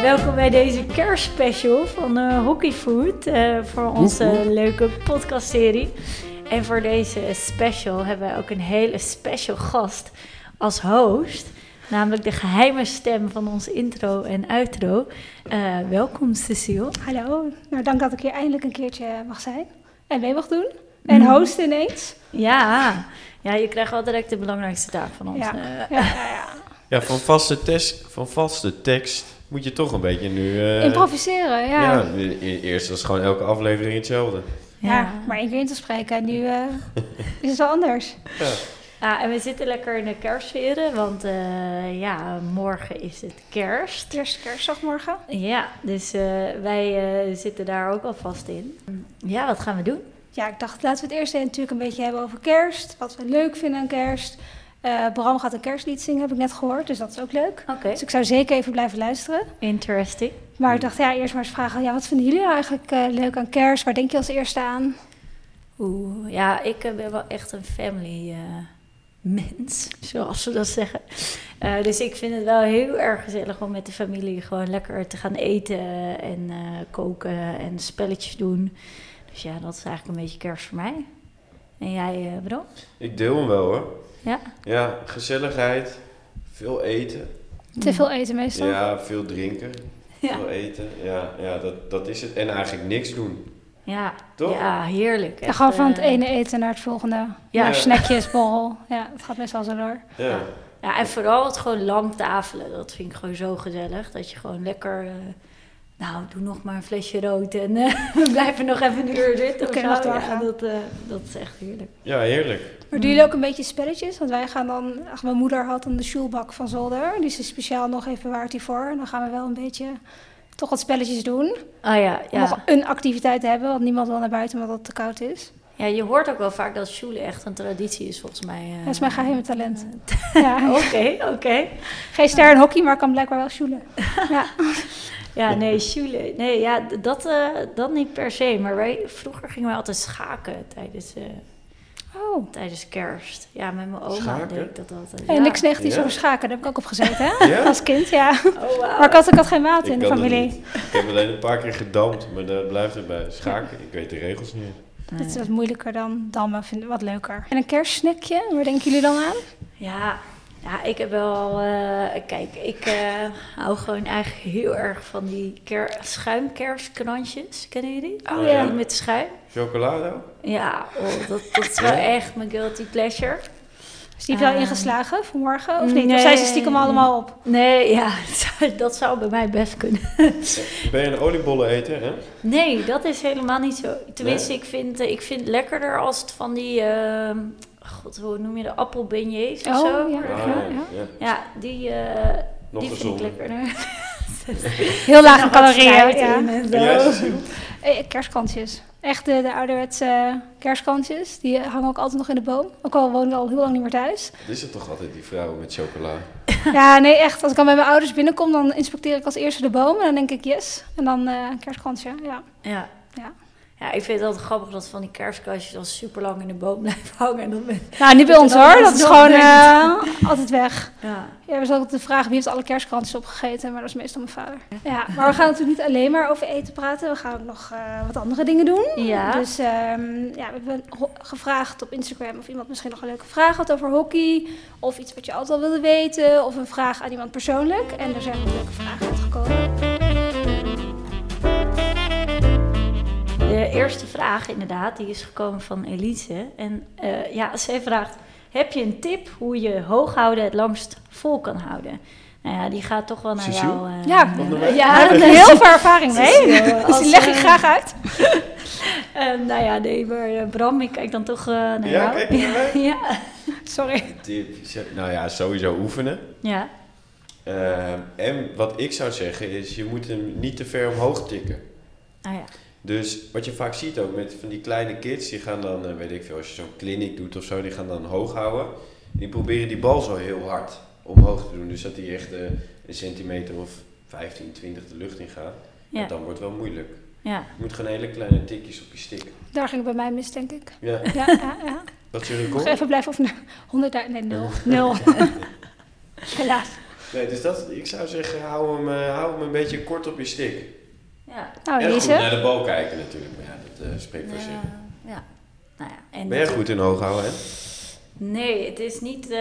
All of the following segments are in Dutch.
welkom bij deze kerstspecial van eh Hockey Food eh, voor onze Woep, woep. leuke podcastserie. En voor deze special hebben wij ook een hele special gast als host. Namelijk de geheime stem van ons intro en outro. Eh, welkom Cecile. Hallo, nou dank dat ik hier eindelijk een keertje mag zijn en mee mag doen. En host ineens. Ja. ja, je krijgt wel direct de belangrijkste taak van ons. Ja. eh. Ja, ja, ja. Ja, van vaste, test, van vaste tekst moet je toch een beetje nu... eh, Improviseren, ja. ja. Ja, e- e- eerst was gewoon elke aflevering hetzelfde. maar één keer in te spreken en nu eh, is het wel anders. Ja. Ja, Ah, en we zitten lekker in de kerstsferen, want eh, ja, morgen is het kerst. Het eerste kerstdag morgen. Ja, dus eh, wij eh, zitten daar ook alvast in. Ja, wat gaan we doen? Ja, ik dacht laten we het eerst even natuurlijk een beetje hebben over kerst. Wat we leuk vinden aan kerst. Eh, Bram gaat een kerstlied zingen, heb ik net gehoord, dus dat is ook leuk. Oké, Dus ik zou zeker even blijven luisteren. interesting. Maar ik dacht, ja, eerst maar eens vragen, ja, wat vinden jullie nou eigenlijk eh, leuk aan kerst? Waar denk je als eerste aan? Oeh, ja, ik eh, ben wel echt een family eh, mens, zoals ze dat zeggen. Eh, dus ik vind het wel heel erg gezellig om met de familie gewoon lekker te gaan eten en eh, koken en spelletjes doen. Dus ja, dat is eigenlijk een beetje kerst voor mij. En jij, eh Bram? Ik deel hem wel hoor. Ja? Ja, gezelligheid, veel eten. Mm. Te veel eten meestal. Ja, veel drinken, Ja. veel eten. Ja, ja dat, dat is het. En eigenlijk niks doen. Ja, Toch? ja heerlijk. Ja, Echt, gewoon van het eh, ene eten naar het volgende. Ja. Ja. snackjes, borrel. Ja, het gaat best wel zo door. Ja, Ja, en vooral het gewoon lang tafelen. Dat vind ik gewoon zo gezellig. Dat je gewoon lekker... eh, nou, doe nog maar een flesje rood en eh, we blijven nog even een uur zitten. of Oké, zo. laten we Ja, doorgaan. dat, eh, dat is echt heerlijk. ja heerlijk. Maar doen Mm. jullie ook een beetje spelletjes? Want wij gaan dan... Ach, mijn moeder had dan de shoelbak van zolder. Die is speciaal nog even bewaard hiervoor. En dan gaan we wel een beetje toch wat spelletjes doen. Ah ja, Om nog ja. een activiteit te hebben. Want niemand wil naar buiten omdat het te koud is. ja, je hoort ook wel vaak dat shoelen echt een traditie is volgens mij. eh. Dat is mijn geheime talent. Ja. Oké, oké. Geen ster in hockey, maar kan blijkbaar wel shoelen. Ja. Ja, nee, shoelen. Nee, ja, d- dat, eh, dat niet per se. Maar wij, vroeger gingen wij altijd schaken tijdens, eh, Oh. tijdens kerst. Ja, met mijn oma Schaken? deed ik dat altijd. En ja. niks negatiefs Ja. over schaken. Daar heb ik ook op gezeten, hè? Ja? Als kind, ja. Oh, wauw. Maar ik had, ik had geen maat in Ik de kan het familie. niet. Ik heb alleen een paar keer gedampt, maar daar blijft het bij. Schaken, ik weet de regels niet. Het is wat moeilijker dan dammen, vind ik wat leuker. En een kerstsnackje, waar denken jullie dan aan? Ja, ja ik heb wel. eh, kijk, ik eh, hou gewoon eigenlijk heel erg van die ker- schuimkerskrantjes. Kennen jullie die? Oh, ja. Die met schuim. Chocolade? Ja, oh, dat, dat is wel echt mijn guilty pleasure. Is die wel Ehm, ingeslagen vanmorgen of niet? nee. Of zijn ze stiekem allemaal op? Nee, ja, dat zou bij mij best kunnen. Ben je een oliebollen eten, hè? Nee, dat is helemaal niet zo. Tenminste, ik, vind, eh, ik vind het lekkerder als het van die. ehm, God, hoe noem je de appelbeignets of Oh, zo? ja. Ah, ja. ja. Ja, die, eh, Nog die vind ik gezonder. lekkerder. Heel lage calorieën. fruit Ja. in en zo. En jij, Cecile? Eh, Kerstkantjes. Echt de, de ouderwetse eh, kerstkantjes. Die eh, hangen ook altijd nog in de boom. Ook al wonen we al heel lang niet meer thuis. Wat is het toch altijd, die vrouwen met chocola? ja, nee, echt. Als ik dan bij mijn ouders binnenkom, dan inspecteer ik als eerste de boom. En dan denk ik yes. En dan eh, een kerstkantje, ja. Ja. Ja. Ja, ik vind het altijd grappig dat van die kerstkastjes al super lang in de boom blijven hangen. En dan ben- Nou, niet bij ons Dat hoor. is Dat is nog gewoon leuk. eh, altijd weg. ja. Ja, we zaten ook de vraag wie heeft alle kerstkrantjes opgegeten, maar dat is meestal mijn vader. Ja, maar we gaan natuurlijk niet alleen maar over eten praten, we gaan ook nog eh, wat andere dingen doen. Ja. Dus ehm, ja, we hebben ho- gevraagd op Instagram of iemand misschien nog een leuke vraag had over hockey, of iets wat je altijd al wilde weten, of een vraag aan iemand persoonlijk. En er zijn wat leuke vragen uitgekomen. De eerste vraag inderdaad, die is gekomen van Elise. En eh, ja, zij vraagt, heb je een tip hoe je hooghouden het langst vol kan houden? Nou ja, die gaat toch wel naar Cecile? jou. eh, Ja. Nelle. Onderweg. Ja, daar heb ik heel veel ervaring mee, Cecile, dus als, die leg ik eh, graag uit. Eh, nou ja, nee, maar eh, Bram, ik kijk dan toch eh, naar Ja, jou. kijk je naar mij? ja. Sorry. Tip, ze- Nou ja, sowieso oefenen. ja. Ehm, en wat ik zou zeggen is, je moet hem niet te ver omhoog tikken. Ah ja. Dus wat je vaak ziet ook met van die kleine kids, die gaan dan, eh, weet ik veel, als je zo'n clinic doet of zo, die gaan dan hoog houden. Die proberen die bal zo heel hard omhoog te doen. Dus dat die echt eh, een centimeter of 15, 20 de lucht in gaat. Ja. En dan wordt het wel moeilijk. ja. Je moet gewoon hele kleine tikjes op je stick. Daar ging het bij mij mis, denk ik. Ja, Ja, ja, ja. dat is je Nog record. even blijven of 100, nee, nul. Nul. Helaas. Nee, dus dat, ik zou zeggen, hou hem, eh, hou hem een beetje kort op je stick. Ja. Nou, en goed deze. naar de bal kijken natuurlijk. Maar ja, dat eh, spreekt voor zich. Oh, Ja, ja. Nou ja. En Ben jij goed in hoog houden, hè? Nee, het is niet. eh,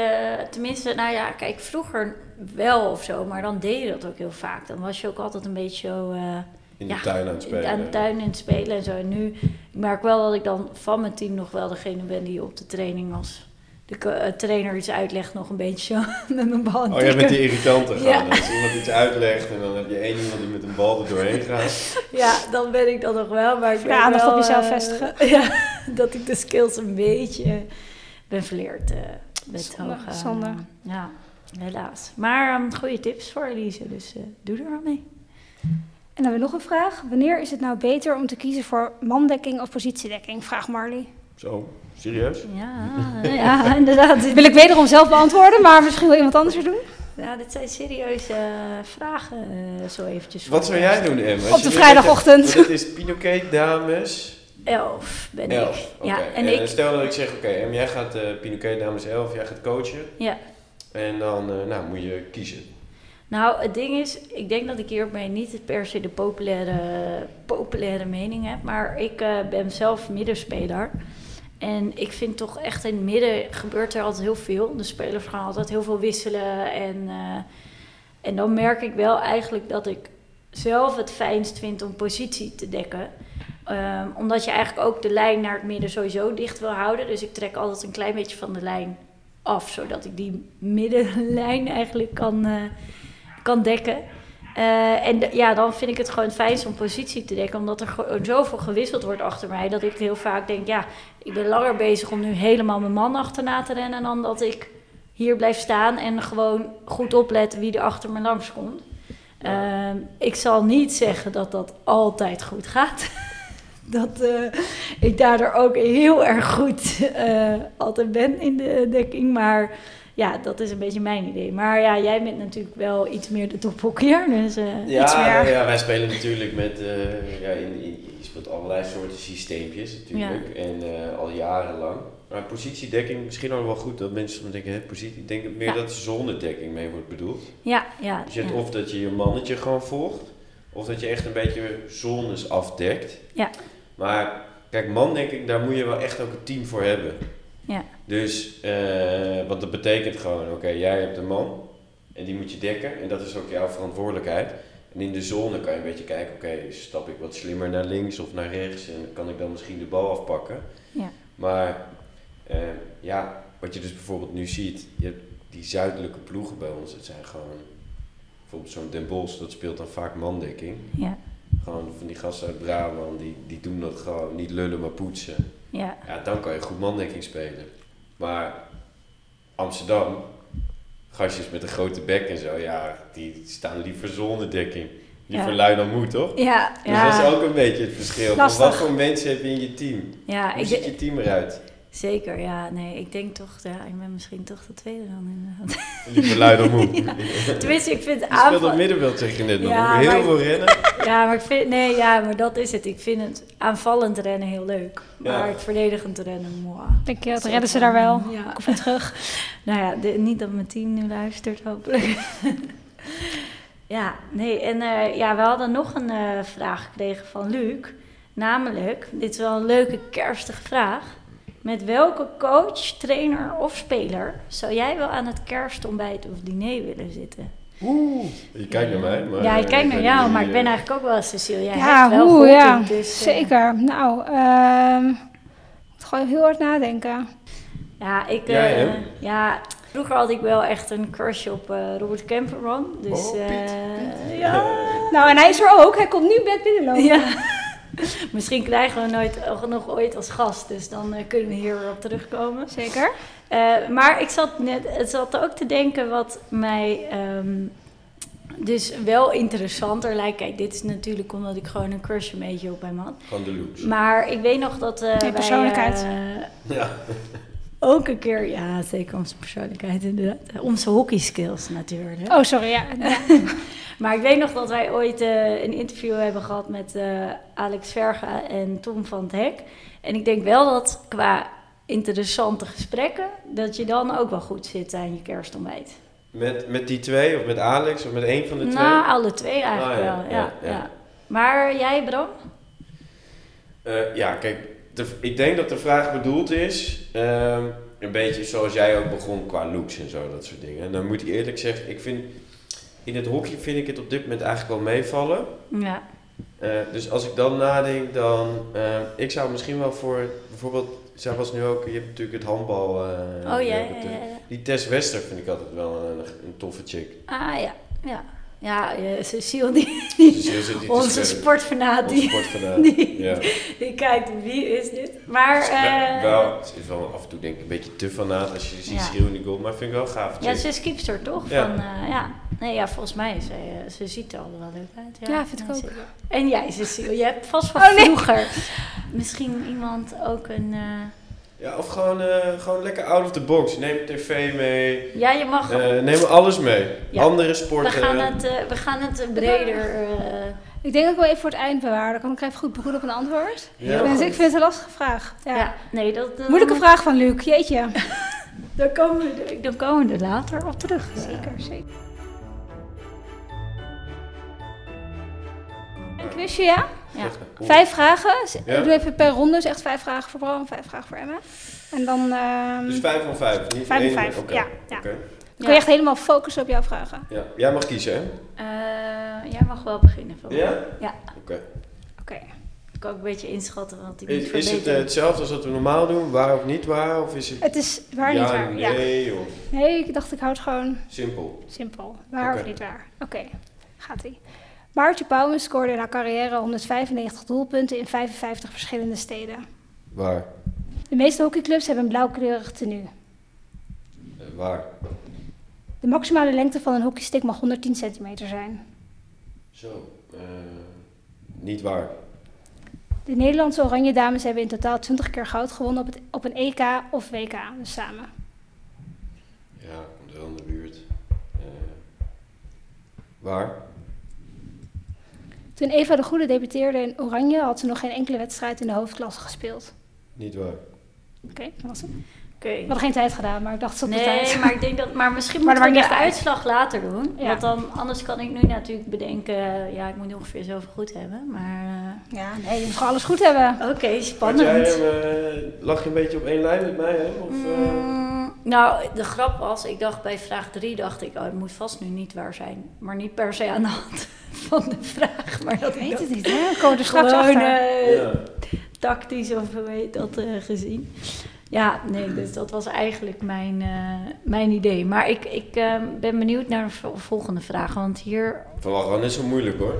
tenminste, nou ja, kijk, vroeger wel of zo, maar dan deed je dat ook heel vaak. Dan was je ook altijd een beetje zo. eh, In Ja, de tuin aan het spelen. Oh, aan de tuin in het eh, spelen en zo. En nu ik merk wel dat ik dan van mijn team nog wel degene ben die op de training als de co- eh, trainer iets uitlegt, nog een beetje zo met mijn bal. aan Oh, het jij bent tikken. die irritante gaan. Ja. Als iemand iets uitlegt en dan heb je één iemand die met een bal er doorheen gaat. Ja, dan ben ik dat nog wel. Maar ik Voor de merk aandacht wel, op jezelf eh, vestigen. ja, dat ik de skills een beetje ben verleerd eh, met Zonde, hoog. eh, zonde. Ja, helaas. Maar ehm, goede tips voor Elise, dus eh, doe er aan mee. En dan weer nog een vraag. Wanneer is het nou beter om te kiezen voor mandekking of positiedekking? Vraag Marley. Zo, serieus? Ja, ja inderdaad. Dat wil ik wederom zelf beantwoorden, maar misschien wil iemand anders het doen. Ja, dit zijn serieuze eh, vragen eh, zo eventjes. Wat zou jij doen, Em? Als Op je de nu vrijdagochtend. zegt, Dat is Pinoquet, dames. Elf ben Elf. ik. Oké. Ja, en eh, ik... Stel dat ik zeg, oké, Em, jij gaat eh Pinoquet, dames 11, jij gaat coachen. Ja. En dan eh, nou, moet je kiezen. Nou, het ding is, ik denk dat ik hiermee niet per se de populaire, populaire mening heb. Maar ik eh, ben zelf middenspeler. En ik vind toch echt in het midden gebeurt er altijd heel veel. De spelers gaan altijd heel veel wisselen. En, eh, en dan merk ik wel eigenlijk dat ik zelf het fijnst vind om positie te dekken. Ehm, omdat je eigenlijk ook de lijn naar het midden sowieso dicht wil houden. Dus ik trek altijd een klein beetje van de lijn af. Zodat ik die middenlijn eigenlijk kan, eh, kan dekken. Eh, en d- ja, dan vind ik het gewoon het fijnst om positie te dekken. Omdat er gewoon zoveel gewisseld wordt achter mij. Dat ik heel vaak denk, ja, ik ben langer bezig om nu helemaal mijn man achterna te rennen. Dan dat ik hier blijf staan en gewoon goed opletten wie er achter me langs komt. Ehm, ik zal niet zeggen dat dat altijd goed gaat. dat eh, ik daardoor ook heel erg goed eh, altijd ben in de dekking. Maar ja, dat is een beetje mijn idee. Maar ja, jij bent natuurlijk wel iets meer de tophockeyer. Dus eh, iets Ja, meer. nou ja, wij spelen natuurlijk met. eh, ja, in, in- je speelt allerlei soorten systeempjes natuurlijk. En eh, al jarenlang. Maar positiedekking, misschien ook wel goed dat mensen soms denken: hè, positie. Ik denk meer Ja. dat zonnedekking mee wordt bedoeld. Ja, ja. Dus je hebt ja. of dat je je mannetje gewoon volgt, of dat je echt een beetje zones afdekt. Ja. Maar kijk, man, denk ik, daar moet je wel echt ook een team voor hebben. Ja. Dus, eh, want dat betekent gewoon, oké, jij hebt een man en die moet je dekken en dat is ook jouw verantwoordelijkheid. En in de zone kan je een beetje kijken, oké, stap ik wat slimmer naar links of naar rechts en kan ik dan misschien de bal afpakken. Ja. Maar eh, ja, wat je dus bijvoorbeeld nu ziet, je hebt die zuidelijke ploegen bij ons, het zijn gewoon, bijvoorbeeld zo'n Den Bosch, dat speelt dan vaak mandekking. Ja, Gewoon van die gasten uit Brabant, die, die doen dat gewoon niet lullen, maar poetsen. ja. Ja, dan kan je goed mandekking spelen. Maar Amsterdam, gastjes met een grote bek en zo, ja, die staan liever zonder dekking. Liever Ja. lui dan moe, toch? Ja, Dus ja. dat is ook een beetje het verschil. Van Lastig. wat voor mensen heb je in je team? ja Hoe ik, ziet je team eruit? Zeker, ja. Nee, ik denk toch, ja, ik ben misschien toch de tweede dan inderdaad. Liever lui dan moe. Tenminste, ik vind Je speelt dat aanval... middenveld zeg je net nog. Ja, Heel maar- veel rennen. Ja, maar ik vind, nee, ja, maar dat is het. Ik vind het aanvallend rennen heel leuk. Ja. Maar het verdedigend rennen, moi. Denk je, eh, dat redden ze daar wel? Ja. Of weer terug? Nou ja, de- niet dat mijn team nu luistert, hopelijk. ja, nee, en eh, ja, we hadden nog een eh, vraag gekregen van Luc. Namelijk, dit is wel een leuke kerstige vraag. Met welke coach, trainer of speler zou jij wel aan het kerstontbijt of diner willen zitten? Oeh. Je kijkt naar mij. Maar ja, ik eh, kijk naar jou, niet, maar ik ben eh, eigenlijk ook wel Cecile. Jij Ja, hebt wel oeh, goed ja, in, dus, eh, Zeker. Nou, ehm, ik moet gewoon heel hard nadenken. Ja, ik, Jij, eh, hè? ja, vroeger had ik wel echt een crush op eh, Robert Kemperman. Dus, Oh, Piet, eh, Piet. ja. Nou, en hij is er ook. Hij komt nu bed binnenlopen. Ja. Misschien krijgen we nooit eh, nog ooit als gast, dus dan eh, kunnen we hier weer op terugkomen. Zeker. Eh, maar ik zat, net, het zat ook te denken wat mij ehm, dus wel interessanter lijkt. Kijk, dit is natuurlijk omdat ik gewoon een crush een beetje op hem had. Van de loops. Maar ik weet nog dat eh, wij, persoonlijkheid. eh, Ja. ook een keer, ja zeker om zijn persoonlijkheid inderdaad. Om zijn hockey skills natuurlijk. Oh, sorry. Ja. Ja. Maar ik weet nog dat wij ooit eh, een interview hebben gehad met eh, Alex Verga en Tom van het Hek. En ik denk wel dat qua interessante gesprekken, dat je dan ook wel goed zit aan je kerstontbijt. Met, met die twee, of met Alex, of met één van de twee? Nou, alle twee eigenlijk Ah, ja, wel. Ja, ja, ja, ja. Maar jij, Bram? Eh, ja, kijk, de- ik denk dat de vraag bedoeld is. ehm, een beetje zoals jij ook begon qua looks en zo, dat soort dingen. En dan moet ik eerlijk zeggen, ik vind. In het hockey vind ik het op dit moment eigenlijk wel meevallen. Ja. Eh, dus als ik dan nadenk, dan. ehm, ik zou misschien wel voor. Bijvoorbeeld, zij was nu ook. Je hebt natuurlijk het handbal. eh, Oh ja, ja, op de- ja, ja. Die Tess Wester vind ik altijd wel een, een toffe chick. Ah ja, ja. Ja, eh, Cecile, die, Dus heel zit die te onze schudden. sportfanaat, Onze die, sport vandaan. die- Ja. die kijkt wie is dit. Maar, Het is wel- eh, wel, het is wel af en toe denk ik een beetje te fanaat als je ze ziet Ja. schreeuwen in die goal, maar vind ik wel gaaf. ja, chick. ze is keepster toch? Ja. Van, eh, ja. Nee, ja, volgens mij, ze, eh, ze ziet er allemaal leuk uit. Ja, Ja, vind ik En ook. ze- En jij, Cecile, je hebt vast van Oh, nee. vroeger misschien iemand ook een... eh, ja, of gewoon, eh, gewoon lekker out of the box. Neem tv mee, ja, je mag... eh, neem alles mee. Ja. Andere we, sporten. gaan het, eh, we gaan het breder... eh, Ik denk dat ik wel even voor het eind bewaar. Dan kan ik er even goed beroerd op een antwoord. ja. heel Dus goed. ik vind het een lastige vraag. Ja. ja. nee, dat... dat- Moeilijke vraag van Luc, jeetje. Dan komen, we er, dan komen we er later op terug. Zeker, zeker. Een quizje, ja? Ja. Oeh. Vijf vragen. Z- Ja. Doe even per ronde. Dus echt vijf vragen voor Bram en vijf vragen voor Emma. En dan ehm, Dus vijf van vijf. Niet Vijf van één, vijf, oké. ja, ja. Oké. dan kun je echt helemaal focussen op jouw vragen. Ja. Jij mag kiezen, hè? Eh, jij mag wel beginnen. Van. Ja? Ja. Oké. Oké. Ik kan ook een beetje inschatten, want ik moet Is, is het eh, verbeteren. hetzelfde als wat we normaal doen? Waar of niet waar? Of is het Het is waar, ja, niet waar. Ja. nee, joh. Nee, ik dacht ik houd het gewoon Simpel. Simpel. Waar Oké. of niet waar? Oké, gaat ie. Maartje Bouwens scoorde in haar carrière 195 doelpunten in 55 verschillende steden. Waar? De meeste hockeyclubs hebben een blauwkleurig tenue. Eh, waar? De maximale lengte van een hockeystick mag 110 centimeter zijn. Zo. eh, niet waar. De Nederlandse Oranje Dames hebben in totaal 20 keer goud gewonnen op, het, op een EK of WK, dus samen. Ja, komt wel in de buurt. Eh, waar? Toen Eva de Goede debuteerde in Oranje had ze nog geen enkele wedstrijd in de hoofdklasse gespeeld. Niet waar. Oké, dat was het. Oké. We hadden geen tijd gedaan, maar ik dacht het zat op de Nee, tijd. maar ik denk dat. Maar misschien Maar moeten dat we maakt de niet uit. uitslag later doen. Ja. Want dan, anders kan ik nu natuurlijk bedenken. eh, Ja, ik moet ongeveer zoveel goed hebben. Maar. eh, Ja, nee, je moet gewoon alles goed hebben. Oké, Had jij spannend. hem, eh, lag je een beetje op één lijn met mij, hè? Of, eh, Mm, nou, de grap was, ik dacht bij vraag 3 dacht ik, oh, het moet vast nu niet waar zijn. Maar niet per se aan de hand van de vraag. Maar dat Ik weet ik het niet, hè? We komen er straks gewoon achter. eh, ja. tactisch of hoe heet dat eh, gezien. Ja, nee, dus dat was eigenlijk mijn, eh, mijn idee. Maar ik, ik eh, ben benieuwd naar de vo- volgende vraag, want hier... Verwacht wel net zo moeilijk, hoor.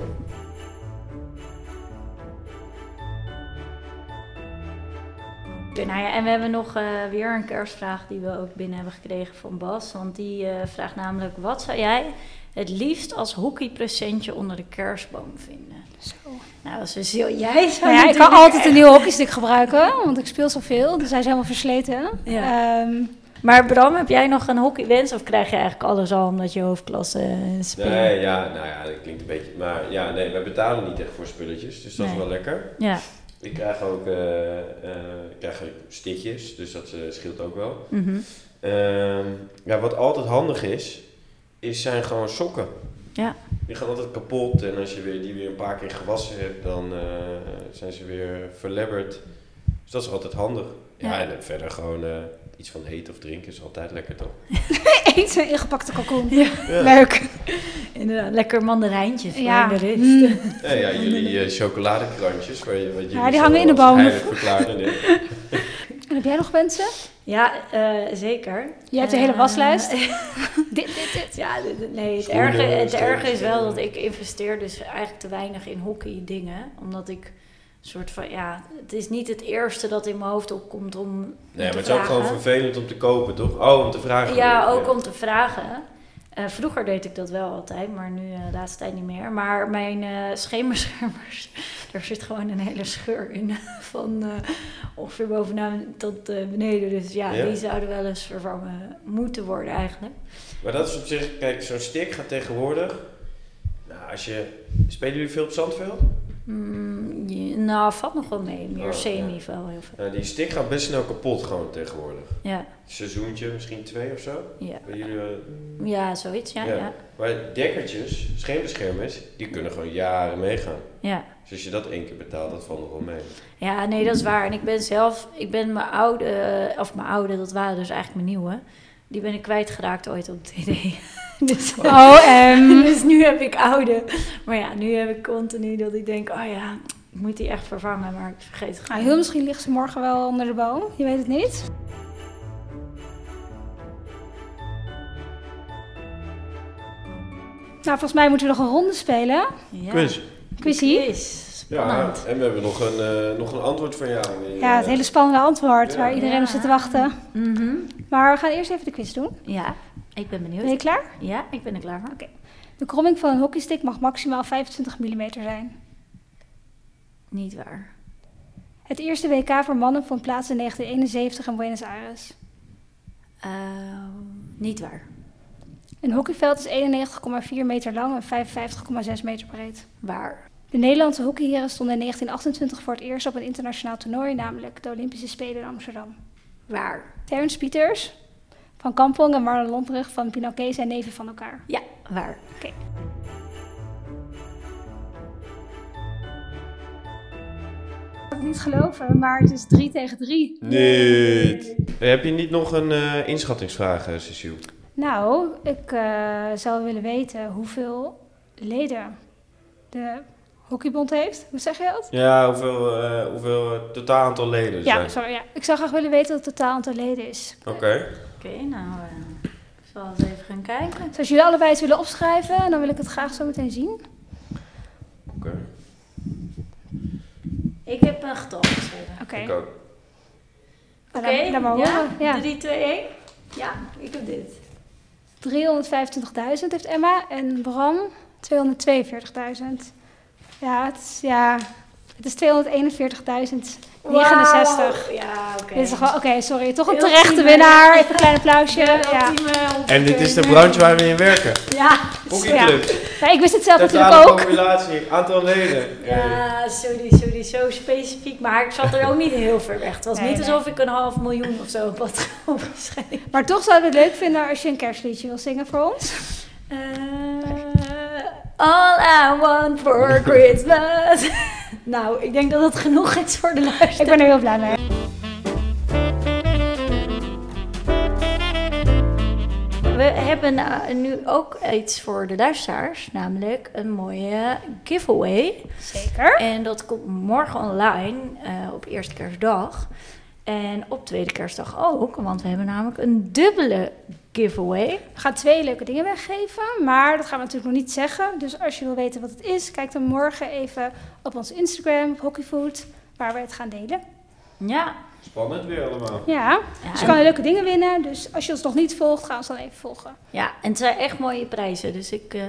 Nou ja, en we hebben nog eh, weer een kerstvraag die we ook binnen hebben gekregen van Bas. Want die eh, vraagt namelijk, wat zou jij het liefst als hockeypresentje onder de kerstboom vinden? Zo. Nou, Cecile, jij zou Nou ja, ik kan natuurlijk altijd een echt- nieuwe hockeystick gebruiken, want ik speel zoveel. Dus hij is helemaal versleten. Ja. Ehm, Maar Bram, heb jij nog een hockeywens of krijg je eigenlijk alles al omdat je hoofdklasse eh, speelt? Nee, ja, nou ja, dat klinkt een beetje... Maar ja, nee, wij betalen niet echt voor spulletjes, dus dat Nee. is wel lekker. Ja. Ik krijg ook eh, eh, ik krijg ook stickjes, dus dat eh, scheelt ook wel. mhm. Ehm, ja, wat altijd handig is, is zijn gewoon sokken. Ja. Die gaan altijd kapot en als je weer, die weer een paar keer gewassen hebt, dan eh, zijn ze weer verlebberd. Dus dat is altijd handig. Ja, Ja. en dan verder gewoon eh, iets van eten of drinken is altijd lekker toch? Eet een ingepakte kalkoen. Ja. Leuk. Inderdaad, lekker mandarijntje voor Ja. de rust. Mm. Ja, ja, jullie eh, chocoladekrantjes. Waar, je- wat jullie die zo hangen in de als boom. heilig verklaarden, hè? En heb jij nog wensen? Ja, eh, zeker. Je hebt de Eh, hele waslijst. dit, dit, dit. Ja, d- d- nee, het Schoenen, eh. erge, het stoelen, erge is wel stoelen. dat ik investeer dus eigenlijk te weinig in hockey dingen. Omdat ik een soort van, ja, het is niet het eerste dat in mijn hoofd opkomt om om Nee, maar te het is ook gewoon vragen. vervelend om te kopen, toch? Oh, om te vragen. Ja, bedoel ik, ook om te vragen. Eh, vroeger deed ik dat wel altijd, maar nu eh, de laatste tijd niet meer. Maar mijn eh schemerschermers, daar zit gewoon een hele scheur in. Van eh, ongeveer bovenaan tot eh, beneden. Dus ja, Ja. die zouden wel eens vervangen moeten worden eigenlijk. Maar dat is op zich, kijk, zo'n stick gaat tegenwoordig. Nou, als je. Spelen jullie veel op zandveld? Mm, je- nou, valt nog wel mee. Meer Oh, semi wel heel veel. Nou, die stick gaat best snel kapot gewoon tegenwoordig. Ja, Seizoentje, misschien twee of zo. ja. Bij jullie, eh, ja zoiets. Ja, Ja. ja. ja. maar dekkertjes, schermbeschermers, die kunnen gewoon jaren meegaan. ja. Dus als je dat één keer betaalt, dat valt nog wel mee. Ja, nee, dat is waar. En ik ben zelf, ik ben mijn oude, eh, of mijn oude, dat waren dus eigenlijk mijn nieuwe. Die ben ik kwijtgeraakt ooit op TD. dus, Oh. OM. dus nu heb ik oude. Maar ja, nu heb ik continu dat ik denk, oh ja, ik moet die echt vervangen. Maar ik vergeet het Nou, gewoon. heel misschien ligt ze morgen wel onder de bal. Je weet het niet. Nou, volgens mij moeten we nog een ronde spelen. Ja. Quiz. Quizzie. Quiz. Ja, Spannend. en we hebben nog een, eh, nog een antwoord van jou. eh, Ja, het hele spannende antwoord Ja. waar iedereen Ja. op zit te wachten. Mhm. Ja. Maar we gaan eerst even de quiz doen. ik ben Ben je benieuwd. klaar? Ja, ik ben er klaar voor. De kromming van een hockeystick mag maximaal 25 mm zijn. Niet waar. Het eerste WK voor mannen vond plaats in 1971 in Buenos Aires. Eh, niet waar. Een hockeyveld is 91,4 meter lang en 55,6 meter breed. Waar. De Nederlandse hockeyheren stonden in 1928 voor het eerst op een internationaal toernooi, namelijk de Olympische Spelen in Amsterdam. Waar. Terence Pieters van Kampong en Marlon Lombrug van Pinoquet zijn neven van elkaar. Ja, waar. Ik kan het niet geloven, maar het is 3 tegen 3. Niet. Eh, Heb je niet nog een eh, inschattingsvraag, eh, Cecile? Nou, ik eh, zou willen weten hoeveel leden de hockeybond heeft. Hoe zeg je dat? Ja, hoeveel, eh, hoeveel eh, totaal aantal leden Ja, zijn? sorry. Ja. Ik zou graag willen weten wat het totaal aantal leden is. Oké. Oké, nou, eh, ik zal eens even gaan kijken. Dus als jullie allebei het willen opschrijven, dan wil ik het graag zo meteen zien. Oké. Ik heb een getal geschreven. Oké, Ik ook. Nou, laat- laat maar horen. Ja. 3, 2, 1. Ja, ik heb dit. 325.000 heeft Emma en Bram 242.000. Ja, het is, ja, het is 241.000. 69. Wauw. Ja, oké. Dit is toch wel, oké, sorry. Toch een Heel terechte team, winnaar. Even een klein applausje. Ja. ja. En dit is de branche waar we in werken. Ja. Hockeyclub. Nou, ik wist het zelf natuurlijk Totale ook. populatie, aantal leden. Eh, Ja, sorry, sorry, zo specifiek. Maar ik zat er ook niet heel ver weg. Het was Nee, niet nee. alsof ik een half miljoen of zo op had opgeschreven. Maar toch zouden we het leuk vinden als je een kerstliedje wil zingen voor ons. Eh, all I want for Christmas. nou, ik denk dat het genoeg is voor de Ik luisteraar. ben er heel blij mee. We hebben eh, nu ook iets voor de luisteraars, namelijk een mooie giveaway. Zeker. En dat komt morgen online eh, op eerste kerstdag. En op tweede kerstdag ook, want we hebben namelijk een dubbele giveaway. We gaan twee leuke dingen weggeven, maar dat gaan we natuurlijk nog niet zeggen. Dus als je wil weten wat het is, kijk dan morgen even op ons Instagram, op Hockeyfood, waar we het gaan delen. Ja. Spannend weer allemaal. Ja, Ja, dus je en- kan leuke dingen winnen. Dus als je ons nog niet volgt, ga ons dan even volgen. ja, en het zijn echt mooie prijzen, dus ik... eh,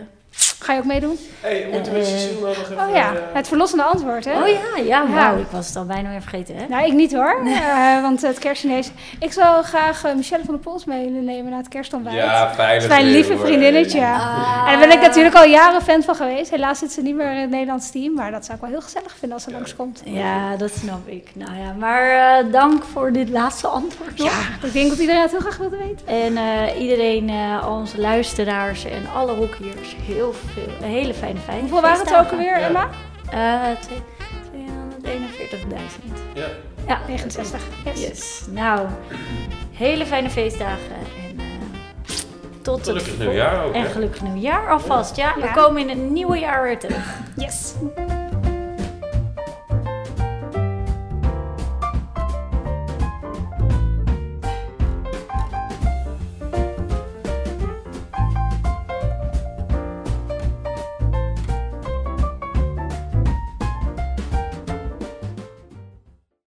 Ga je ook meedoen? hey, moeten we Eh, Cecile nou nog even... Oh ja, eh, het verlossende antwoord, hè? Oh ja, ja, Ja. wauw, ik was het al bijna weer vergeten, hè? Nou, ik niet hoor, Eh, want het kerstchinees... Ik zou graag eh, Michelle van der Pols mee willen nemen naar het kerstontbijt. ja, dat veilig is mijn weer, lieve hoor. vriendinnetje. En Ah. daar ben ik natuurlijk al jaren fan van geweest. Helaas zit ze niet meer in het Nederlands team, maar dat zou ik wel heel gezellig vinden als ze Ja. langskomt. Ja, dat snap ik. Nou ja, maar eh, dank voor dit laatste antwoord. nog. Ja, ik denk dat iedereen het heel graag wilde weten. En eh, iedereen, eh, al onze luisteraars en alle hockeyers, heel veel, een hele fijne fijn. Hoeveel waren het ook alweer, Ja. Emma? Eh, twee- 241.000. Ja. Ja, 69. Yes. Yes. Nou, hele fijne feestdagen en eh, tot Gelukkig het nieuwjaar ook, En hè? gelukkig nieuwjaar alvast. Ja, we Ja. komen in het nieuwe jaar weer terug. yes.